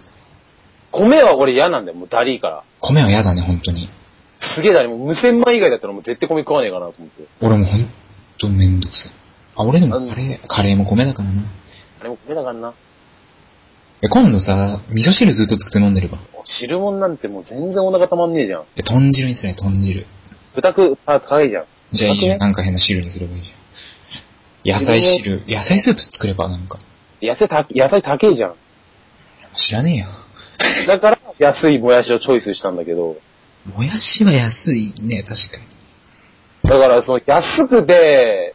米は俺嫌なんだよ、もうダリーから。米は嫌だね、本当に。すげえダリー、もう無洗米以外だったらもう絶対米食わねえかなと思って。俺もほんとめんどくさい。あ、俺でもカレー、カレーも米だからな。あれも米だからな。え、今度さ、味噌汁ずっと作って飲んでれば。汁物なんてもう全然お腹たまんねえじゃん。え、豚汁にすればいい、豚汁。豚食う、あ、高いじゃん。じゃあいいじゃん。豚なんか変な汁にすればいいじゃん。野菜汁、野菜スープ作ればなんか。野菜た、野菜高いじゃん。知らねえよ。だから、安いもやしをチョイスしたんだけど。もやしは安いね、確かに。だから、その、安くて、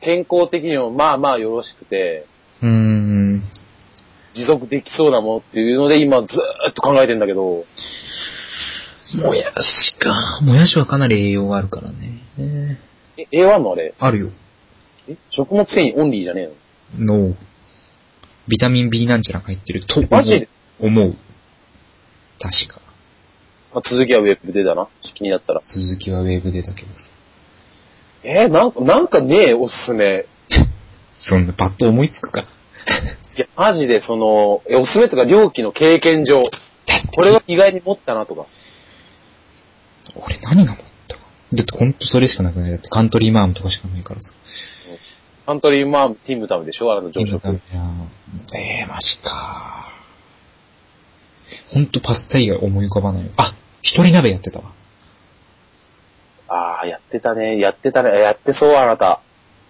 健康的にもまあまあよろしくて、うーん。持続できそうなものっていうので、今ずーっと考えてんだけど、もやしか。もやしはかなり栄養があるからね。ねえ、A1 のあれ、あるよ。え食物繊維オンリーじゃねえのの、ビタミン B なんちゃらが入ってると思う。マジで、思う。確か。まあ、続きはウェブでだな。気になったら。続きはウェーブでだけどさ。えーなんか、なんかねえ、おすすめ。そんなパッと思いつくか。いだや、マジで、その、え、おすすめとか、料金の経験上、ってこれは意外に持ったなとか。俺何が持ったか。だってほんとそれしかなくない。だってカントリーマームとかしかないからさ。カントリーマーム、ティムタムでしょあなた朝食。ええー、マジか。ほんとパスタ以外思い浮かばないよ。あ、一人鍋やってたわ。あー、やってたね、やってたね、やってそう、あなた。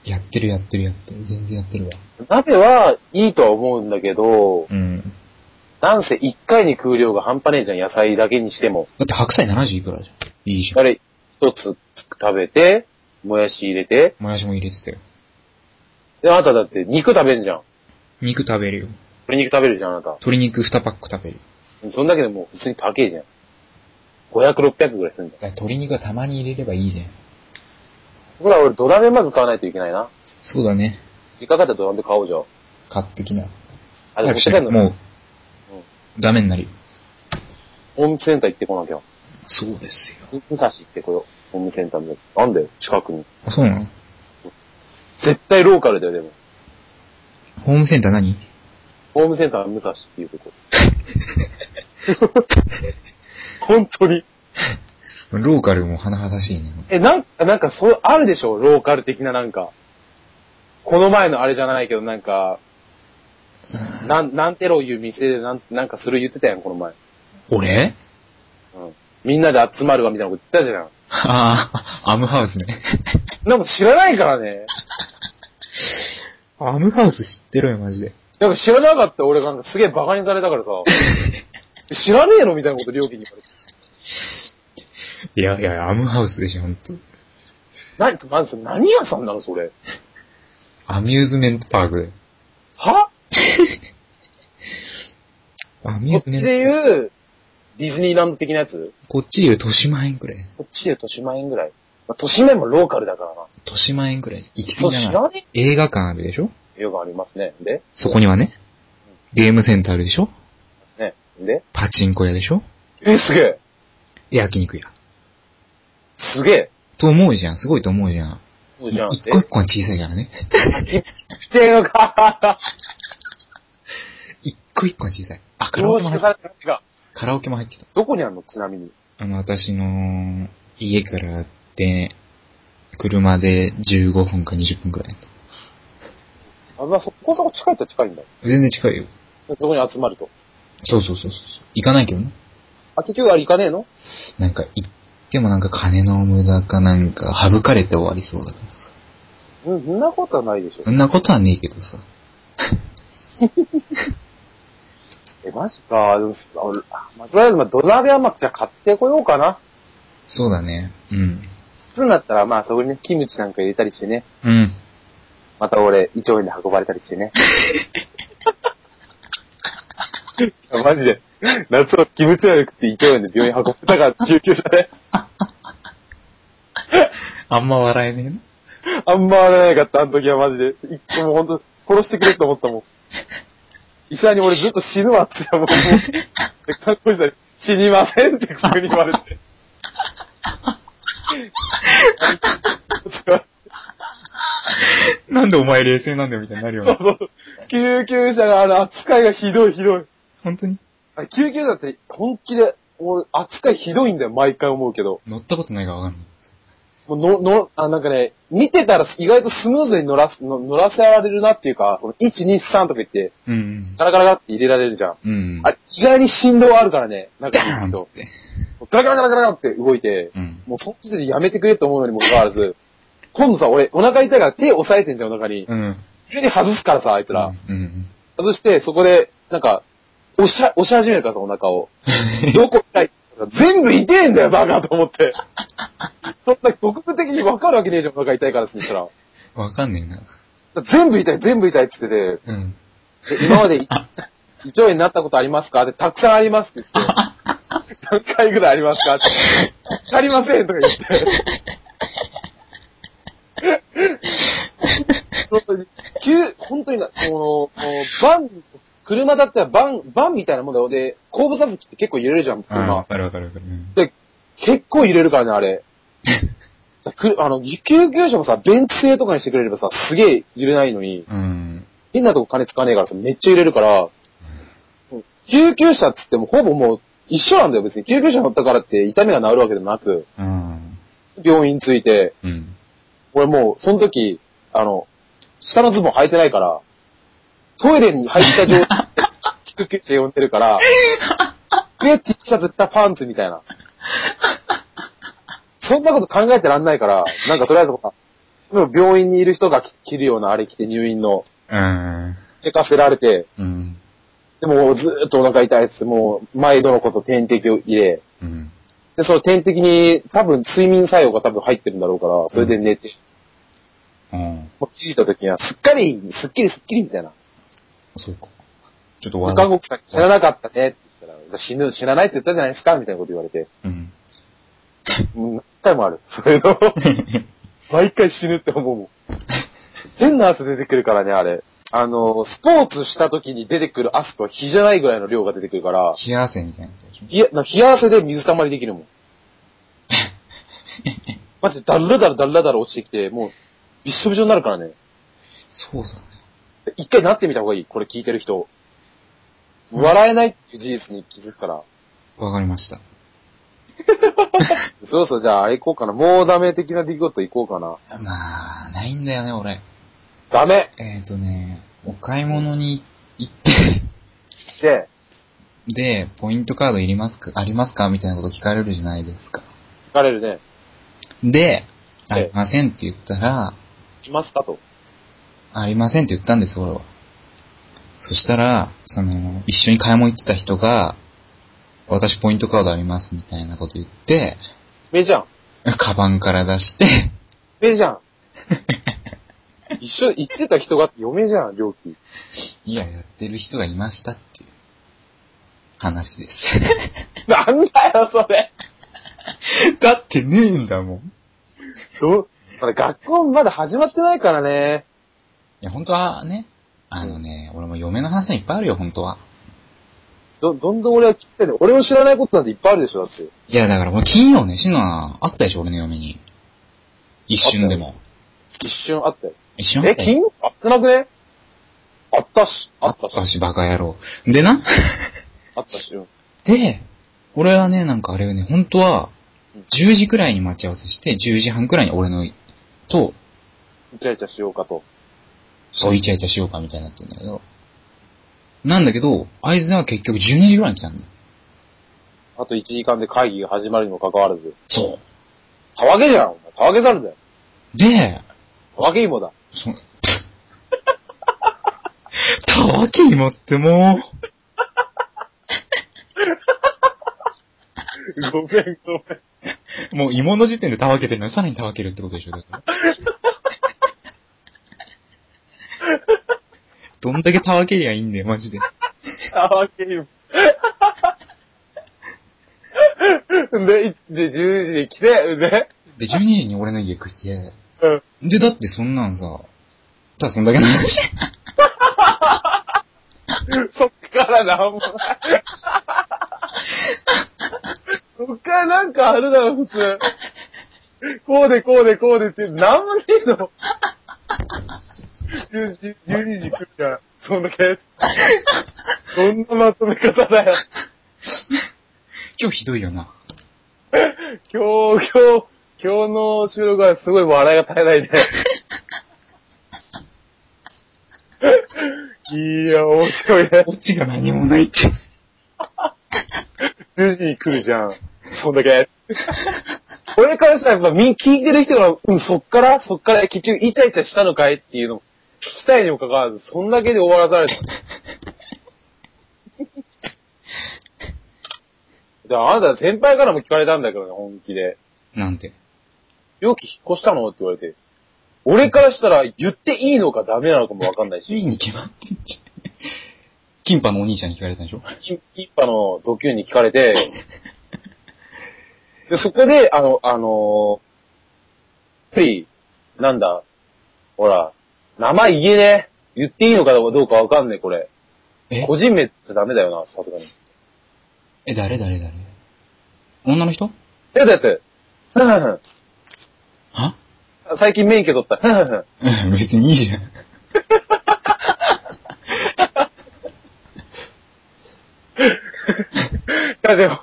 やってるやってるやってる。全然やってるわ。鍋はいいとは思うんだけど、うん。なんせ一回に食う量が半端ねえじゃん、野菜だけにしても。だって白菜70いくらじゃん。いいじゃあん。れ、一つ食べて、もやし入れて、もやしも入れてたよ。で、あなただって肉食べんじゃん。肉食べるよ。鶏肉食べるじゃん、あなた。鶏肉2パック食べる。そんだけでもう普通に高えじゃん。500、600ぐらいするんだよ。だから鶏肉はたまに入れればいいじゃん。ほら、俺ドラメまず買わないといけないな。そうだね。実家買ったらドラメ買おうじゃん。買ってきな。あ、でも持っ早くてし帰なるの、もう、ダメになるよ。ホームセンター行ってこなきゃ。そうですよ。武蔵行ってこよう。ホームセンターの。あんだよ、近くに。あ、そうなの絶対ローカルだよ、でも。ホームセンター何ホームセンターは武蔵っていうこと。本当に。ローカルも甚だしいね。え、なんか、なんかそう、あるでしょローカル的ななんか。この前のあれじゃないけど、なんか、なん、なんてろいう店でなん、なんかそれ言ってたやん、この前。俺うん。みんなで集まるわ、みたいなこと言ってたじゃん。ああ、アムハウスね。なんか知らないからね。アムハウス知ってろよ、マジで。なんか知らなかった俺がなんかすげえ馬鹿にされたからさ。知らねえのみたいなこと、料金に言われて。いやいや、アムハウスでしょ、ほんと。何、まず何屋さんなの、それ。アミューズメントパークで。はアこミュっーズメちントで言う、ディズニーランド的なやつこっちで言うとしまえんくらい。こっちで豊島園ぐらい。まあ、豊島園もローカルだからな。としまえんくらい。行きそう、過ぎ知ながら。らね映画館あるでしょえよくありますね。でそこにはね。ゲームセンターあるでしょね。でパチンコ屋でしょえ、すげえ焼肉屋。すげえと思うじゃん、すごいと思うじゃん。そうじゃん。一個一個は小さいからね。てのか一個一個は小さい。あ、カラオ凝ケも入縮ってされてるってか。カラオケも入ってた。どこにあんのちなみに。あの、私の家からで、車で15分か20分くらい。あ、まあ、そこそこ近いっちゃ近いんだよ。全然近いよ。そこに集まると。そうそうそうそう。行かないけどね。あ、結局あれ行かねえのなんか行ってもなんか金の無駄かなんか省かれて終わりそうだから。うん、そんなことはないでしょそ。んなことはねえけどさ。え、マジか。でもすあ俺あまあとりあえず、まあ、土鍋はまあ、じゃあ買ってこようかな。そうだね。うん。普通になったら、まあ、そこにね、キムチなんか入れたりしてね。うん。また俺、胃腸炎で運ばれたりしてね。 (laughs) いやマジで。夏はキムチ悪くて胃腸炎で病院運ばれたから、救急車で。あんま笑えねえな。あんま笑えなかった、あの時はマジで。一個もうほんと、殺してくれって思ったもん。医者に俺ずっと死ぬわって、もう、もうで看護師さんに、死にませんって普通に言われて。なんでお前冷静なんだよみたいになるよそう。そう。救急車が、あの、扱いがひどいひどい。本当にあれ救急車って本気で、俺、扱いひどいんだよ、毎回思うけど。乗ったことないからわかんない。もうの、の、あ、なんかね、見てたら意外とスムーズに乗らす、の乗らせられるなっていうか、その、1、2、3とか言って、うん。ガラガラガラって入れられるじゃん。うん。あれ、意外に振動あるからね、なんかダーンっつって。ガラガラガラガラガラって動いて、うん。もうそっちでやめてくれと思うのにもかかわらず、今度さ、俺、お腹痛いから手押さえてんだよ、お腹に。うん。急に外すからさ、あいつら。うん。 (laughs) 外して、そこで、なんか、押し、押し始めるからさ、お腹を。どこ痛い全部痛えんだよ、バカと思って。そんな、極部的に分かるわけねえじゃん、お腹痛いからすんしたら。わかんねえな。全部痛い、全部痛いって言ってうん。て、で今までい胃腸炎になったことありますかって、たくさんありますって言って、何回ぐらいありますかって、ありませんとか言って。本当に、急、本当にな、この、もうバン、車だったらバン、バンみたいなもんだよ。で、後部座席って結構揺れるじゃん、あー車わ。かるわかるわかる。うん結構揺れるからね、あれ。くあの、救急車もさ、ベンチ製とかにしてくれればさ、すげえ揺れないのに、うん。変なとこ金使わねえからさ、めっちゃ揺れるから、救急車っつってもほぼもう一緒なんだよ、別に。救急車乗ったからって痛みが治るわけでもなく、うん。病院着いて、うん。俺もう、その時、あの、下のズボン履いてないから、トイレに入った状態で、救急車呼んでるから、上 T シャツ下パンツみたいな。そんなこと考えてらんないから、なんかとりあえず、でも病院にいる人が着るようなあれ着て入院の、うん。寝かせられて、うん。でもずーっとお腹痛いっつって、もう、毎度のこと点滴を入れ、うん。で、その点滴に多分睡眠作用が多分入ってるんだろうから、それで寝て、うん。もう気づいた時には、すっかり、すっきりすっきりみたいな。そうか。ちょっと看笑護婦さんに知らなかったねって言ったら、死ぬ、死なないって言ったじゃないですかみたいなこと言われて。う。うん。うん、何回もある。それ (laughs) の、毎回死ぬって思うもん。変な汗出てくるからね、あれ。あの、スポーツした時に出てくる汗とは比じゃないぐらいの量が出てくるから、冷や汗みたいなことでしょ (laughs) いや、な冷や汗で水たまりできるもん。マジダルダルダルダル落ちてきて、もう、びっしょびしょになるからね。そうだね。一回なってみた方がいい、これ聞いてる人。笑えないっていう事実に気づくから。わかりました。そろそろじゃああれ行こうかな。もうダメ的な出来事行こうかな。まあ、ないんだよね、俺。ダメえっ、とね、お買い物に行って、って、(laughs) で、ポイントカードいりますか、ありますかみたいなこと聞かれるじゃないですか。聞かれるね。で、ええありませんって言ったら、いますかと。ありませんって言ったんです、俺は。そしたら、その、一緒に買い物行ってた人が、私ポイントカードありますみたいなこと言って、目じゃん。カバンから出して、目じゃ (laughs) ん。一緒、行ってた人が嫁じゃん、料金。いや、やってる人がいましたっていう話です。なんだよ、それ。 (laughs) だってねえんだもん。いど、まだ学校まだ始まってないからね。や、本当はね、あのね、俺も嫁の話はいっぱいあるよ、本当は。ど、どんどん俺は聞きたいね。俺の知らないことなんていっぱいあるでしょ、だって。いや、だから俺金曜ね、シノはあったでしょ、俺の嫁に。一瞬でも。一瞬あったよ。一瞬あえ、った金よあってなくねあったし、ああっったたし、し、バカ野郎。でな、あったし。うんで、俺はね、なんかあれよね、本当はうん、 10時くらいに待ち合わせして、10時半くらいに俺の、と、イチャイチャしようかと。そうイチャイチャしようかみたいになってんだけど。なんだけど、あいつは結局12時くらいに来たんだよ。あと1時間で会議が始まるにも関わらず。そたわけじゃん、お前。たわけざるだよ。う。で、たわけ芋だ。 (laughs) そ、たわけ芋ってもう、ごめん、ごめん。もう芋の時点でたわけてるのにさらにたわけるってことでしょ、だ (laughs) から。どんだけたわけりゃいいんだよ、マジで。たわけ芋。 (laughs) で、いで、10時に来て、で、で、12時に俺の家来て、うん。で、だってそんなんさ、ただそんだけの話。そっからなんもない。そっからなんかあるだろ、普通。こうでこうでこうでって、なんもねえの。10時12時来るから、そんだけ。そんなまとめ方だよ。今日ひどいよな。今日、今日、今日の収録はすごい笑いが絶えないね。いや、面白いね。オチが何もないって。 10時に来るじゃん。そんだけ。俺からしたらやっぱみ、聞いてる人が、うん、そっからそっから結局イチャイチャしたのかいっていうのを聞きたいにもかかわらず、そんだけで終わらされた。で、あなた先輩からも聞かれたんだけどね、本気で。なんて。容器引っ越したのって言われて。俺からしたら言っていいのかダメなのかもわかんないつし、いに決まってんじゃん。キンパのお兄ちゃんに聞かれたんでしょキキッパのドキュンに聞かれ (laughs) て、で、そこで、あの、あのー、やっぱり、なんだ、ほら、名前言えねえ。言っていいのかどうかわかんねえ、これ。え個人名ってダメだよな、さすがに。え、誰誰誰女の人え、だって、 (laughs) ふんふんふんは (laughs) 最近免許取った。ふん (laughs) ふんふんうん別にいいじゃん。いや、でも、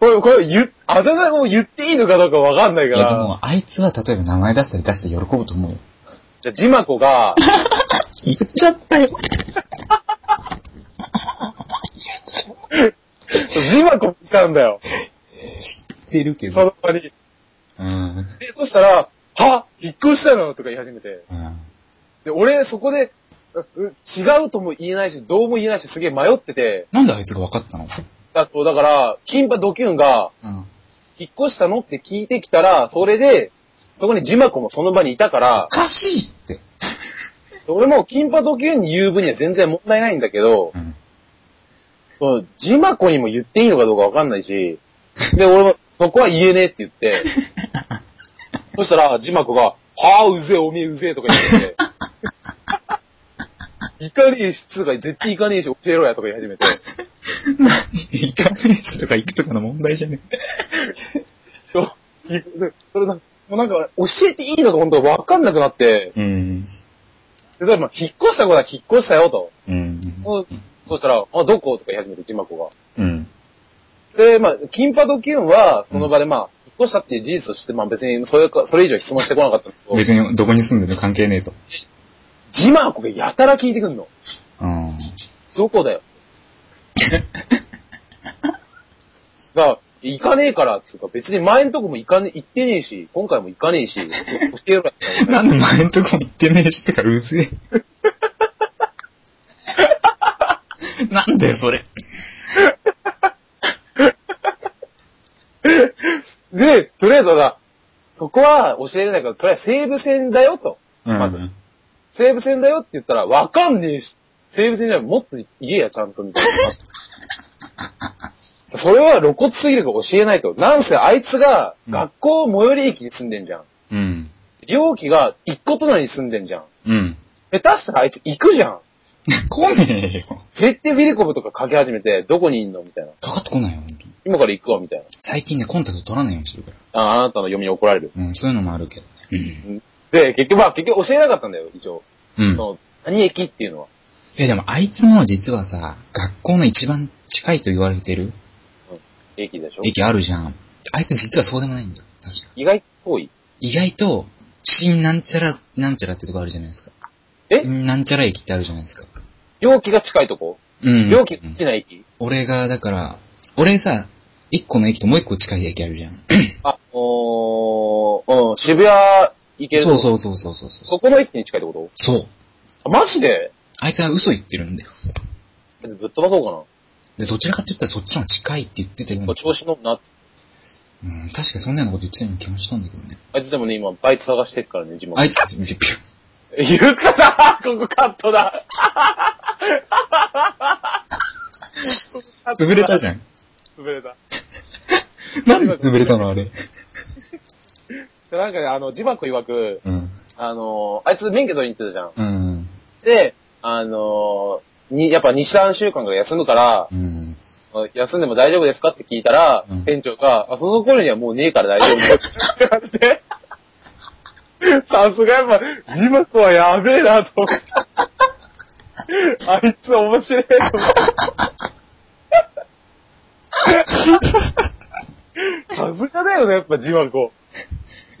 これ、これ、言っ、あだ名を言っていいのかどうかわかんないいかやでら、も、あいつは例えば名前出したり出して喜ぶと思うよ。じゃあ、ジマコ (laughs) が、言っちゃったよ。ジマコ来たんだよ。知ってるけそど。の場に。うん。で、そしたら、は引っ越したのとか言い始めて。うん。で、俺、そこで、うう違うとも言えないし、どうも言えないし、すげえ迷ってて。なんであいつが分かったのだそう、だから、キンパドキュンが、うん。引っ越したのって聞いてきたら、それで、そこにジマコもその場にいたからお、かしいって。俺もキンパドキュンに言う分には全然問題ないんだけど、うん。そのジマコにも言っていいのかどうかわかんないし、で、俺も、そこは言えねえって言って、そしたら、ジマコが、はぁ、うぜえ、おめえうぜえとか言ってて、行かねえし、つうか、絶対行かねえし、教えろやとか言い始めて、行かねえしとか行くとかの問題じゃねえ。そういそれな、もうなんか、教えていいのか本当わかんなくなって、うん。例えば、引っ越した子だ、引っ越したよ、と。うん。そうそうしたら、あ、どことか言い始めて、ジマコが。うん。で、まあ、キンパドキュンは、その場でまあ、引っ越したっていう事実として、まあ別にそれか、それ以上質問してこなかったんですけど、別にどこに住んでるの関係ねえと。ジマコがやたら聞いてくんの。うん。どこだよ。が、行かねえから、つうか、別に前んとこも行かね、行ってねえし、今回も行かねえし、教えろよ。なんで前んとこ行ってねえしとかうぜ (laughs) え。なんだよ、それ。で、とりあえずは、そこは教えれないから、とりあえず西武線だよ、と。うん。まず西武線だよって言ったら、わかんねえし、西武線じゃない、もっと言えや、ちゃんと、 (laughs) みたいな。それは露骨すぎるから教えないと。なんせあいつが、うん学校最寄り駅に住んでんじゃん。うん。両機が一個隣に住んでんじゃん。うん。下手したらあいつ行くじゃん。来ねえよ。絶対ウィリコブとかかけ始めて、どこにいんのみたいな。かかってこないよ、本当に。今から行くわ、みたいな。最近ね、コンタクト取らないようにしてるから。ああなたの読みに怒られる。うん、そういうのもあるけど。うん。で、結局、まあ、結局教えなかったんだよ、一応。うん。その、何駅っていうのは。え、でもあいつも実はさ、学校の一番近いと言われてる駅でしょ駅あるじゃん。あいつ実はそうでもないんだよ。確か。意外と遠い。意外と、新なんちゃら、なんちゃらってとこあるじゃないですか。え新なんちゃら駅ってあるじゃないですか。容器が近いとこうん。容器が好きな駅、俺が、だから、俺さ、一個の駅ともう一個近い駅あるじゃん。あ、おー、うん、渋谷行けるそうう。そうそうそうそうそう。そこの駅に近いってことそう。あマジであいつは嘘言ってるんだよ。ぶっ飛ばそうで、どちらかって言ったらそっちの方が近いって言ってたようかなな。。調子乗んな。うん、確かそんなようなこと言ってたような気もしたんだけどね。あいつでもね、今、バイト探してるからね、地元。あいつ、ピュッピュッ言うかなここカットだ (laughs) 潰れたじゃん。潰れた。なんで潰れたのあれ。なんかね、あの、ジバコ曰く、うん。あのー、あいつ免許取りに行ってたじゃん。うん。で、あのー、に、やっぱ2、3週間から休むから、うん。休んでも大丈夫ですかって聞いたら、うん店長が、あ、その頃にはもうねえから大丈夫ですって言われて、さすがやっぱ、ジマコはやべえなと思った。あいつ面白いと思った。さすがだよね、やっぱジマコ。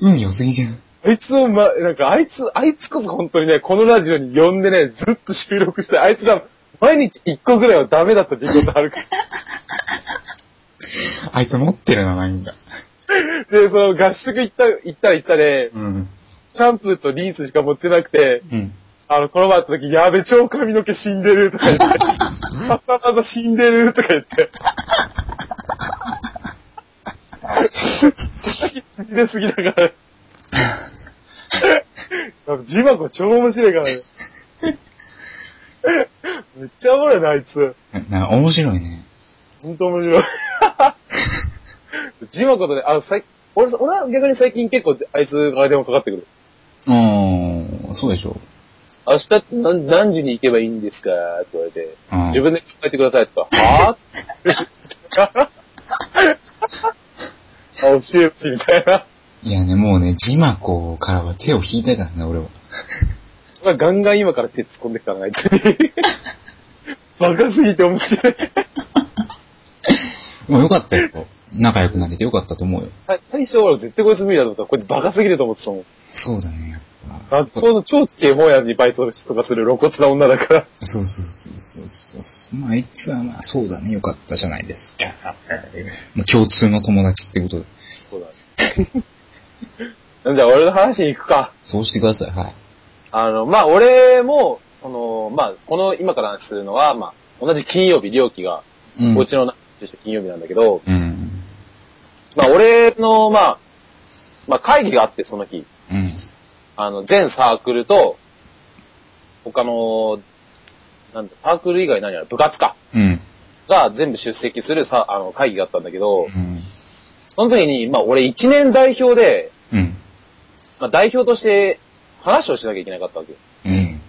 運良すぎじゃん。あいつをま、なんかあいつ、あいつこそ本当にね、このラジオに呼んでね、ずっと収録して、あいつが毎日一個ぐらいはダメだった出来事あるから。あいつ持ってるな、なんか。で、その合宿行った、行ったら行ったで、うん。シャンプーとリンスしか持ってなくて、うん。あの、この前会った時、やべ、超髪の毛死んでるとか言って、またまた死んでるとか言って。死んですぎだから。ジマコ超面白いからね。めっちゃおもろいな、あいつ。なな、面白いね。ほんと面 (laughs) 白い。ジマコとね、あの、さい俺、俺は逆に最近結構、あいつが電話かかってくる。うーん、そうでしょ。明日って何何時に行けばいいんですかって言われて、うん自分で考えてくださいとか、はぁあ、教えちみたいな。いやね、もうね、ジマコからは手を引いたからね、俺は。まあガンガン今から手突っ込んでくからな、あいつに。 (laughs) バカすぎて面白い。もうよかったよ。仲良くなれてよかったと思うよ。さ最初俺絶対こいつ無理だと思ったら、こいつバカすぎると思ってたもん。そうだね、やっぱ。学校の超地形本屋にバイトとかする露骨な女だから。そうそうそうそうそうそう。まあ、あいつはまあ、そうだね、よかったじゃないですか。もう共通の友達ってことで。そうだ (laughs) ね。じゃあ俺の話に行くか。そうしてください、はい。あの、まあ、俺も、その、まあ、この、今から話するのは、まあ、同じ金曜日、料金が、うん。お家の話して金曜日なんだけど、うん。まあ、俺の、まあ、まあ、会議があって、その日。うん。あの、全サークルと、他の、なんだ、サークル以外何やら、部活か。うん。が全部出席するさ、あの、会議があったんだけどう、ん。その時に、まあ、俺一年代表で、うん。まあ、代表として話をしなきゃいけなかったわけ。うん。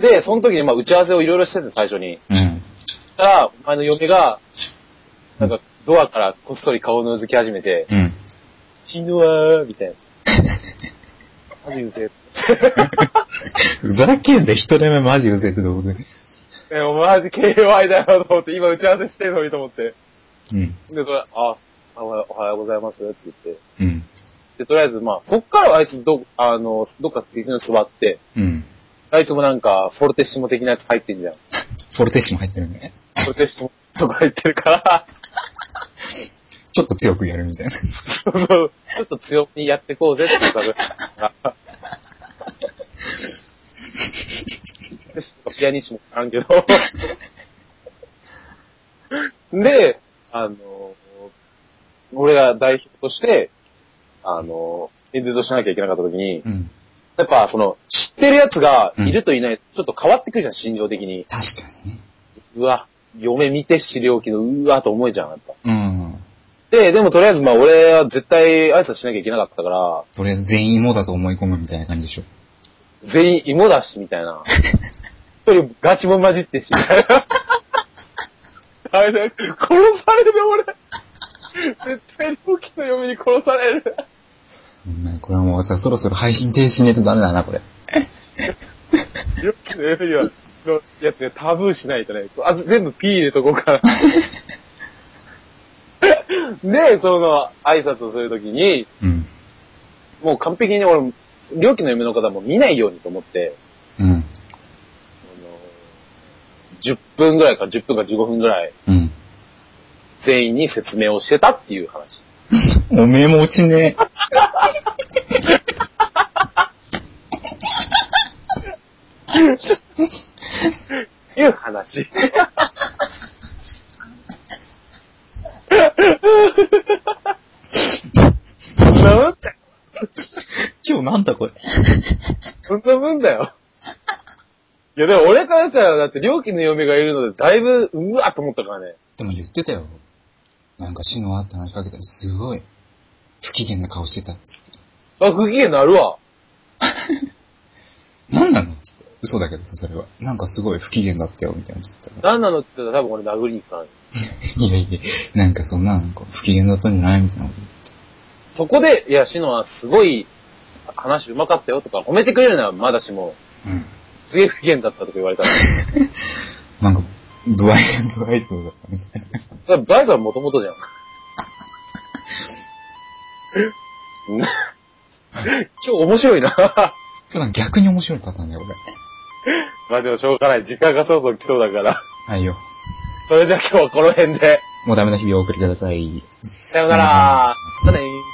で、その時に、まあ、打ち合わせをいろいろしてて、最初に。うん。そしたら、お前の嫁が、なんか、ドアからこっそり顔を覗き始めて、うん。死ぬわー、みたいな。マジうぜふざけんだ、人手目マジうぜえってとこで。え。え、マジ KY だよと思って、今打ち合わせしてるのにと思って。うん。で、それ、あ、あおはおはようございますって言って。うん。で、とりあえず、まあ、そっからはあいつ、ど、あの、どっかっていうのに座って、うん。あいつもなんか、フォルテッシモ的なやつ入ってんじゃん。フフォルテッシも入ってるね。ォルテッシモとか入ってるから、ちょっと強くやるみたいな。そうそうちょっと強気にやってこうぜっていう感じ。ピアニッシュも知らんけど。で、あの、俺が代表として、あの、演説をしなきゃいけなかった時に、うん。やっぱその、知ってる奴がいるといない、ちょっと変わってくるじゃん、心情的に。確かにね。うわ、嫁見て資料機の、うわ、と思えちゃうやっぱ。うん。で、でもとりあえずまあ俺は絶対挨拶しなきゃいけなかったから、とりあえず全員もだと思い込むみたいな感じでしょ。全員芋だし、みたいな。一人ガチも混じってし、みたいな。あれだ、殺される俺。絶対料機の嫁に殺される。うんなんかこれはもうさ、そろそろ配信停止しねえとダメだな、これ。料機の嫁には、のやつでタブーしないとね。あ、全部 P 入れとこうかな。で、その挨拶をするときに、うん。もう完璧に俺、料機の嫁の方も見ないようにと思って、うん。あの10分ぐらいか、10分か15分ぐらい、うん。全員に説明をしてたっていう話。おめえも落ちねいう話。なんだよ。え。今日なんだこれ。そんなもんだよ。いやでも俺からしたら、だって、料金の嫁がいるので、だいぶ、うわっと思ったからね。でも言ってたよ。なんか、シノアって話しかけたら、すごい、不機嫌な顔してたっつって。あ、不機嫌なるわ。なんなのっつって。嘘だけどさ、それは。なんかすごい不機嫌だったよ、みたいなこと言ったら。何なのって言ったら多分俺殴りに行くからね。 (laughs) いやいや、なんかそんな、なんか不機嫌だったんじゃないみたいなこと言って。そこで、いや、シノはすごい、話うまかったよとか、褒めてくれるならまだしも、うん。すげえ不機嫌だったとか言われたら。なんか、不愛、不愛想だったみたいな。それバイソンもともとじゃん。今日面白いな。 (laughs) (laughs) 普段逆に面白いパターンだよ、俺。まあでもしょうがない。時間がそろそろ来そうだから。はいよ。それじゃあ今日はこの辺で。もうダメな日々をお送りください。さようなら。またねー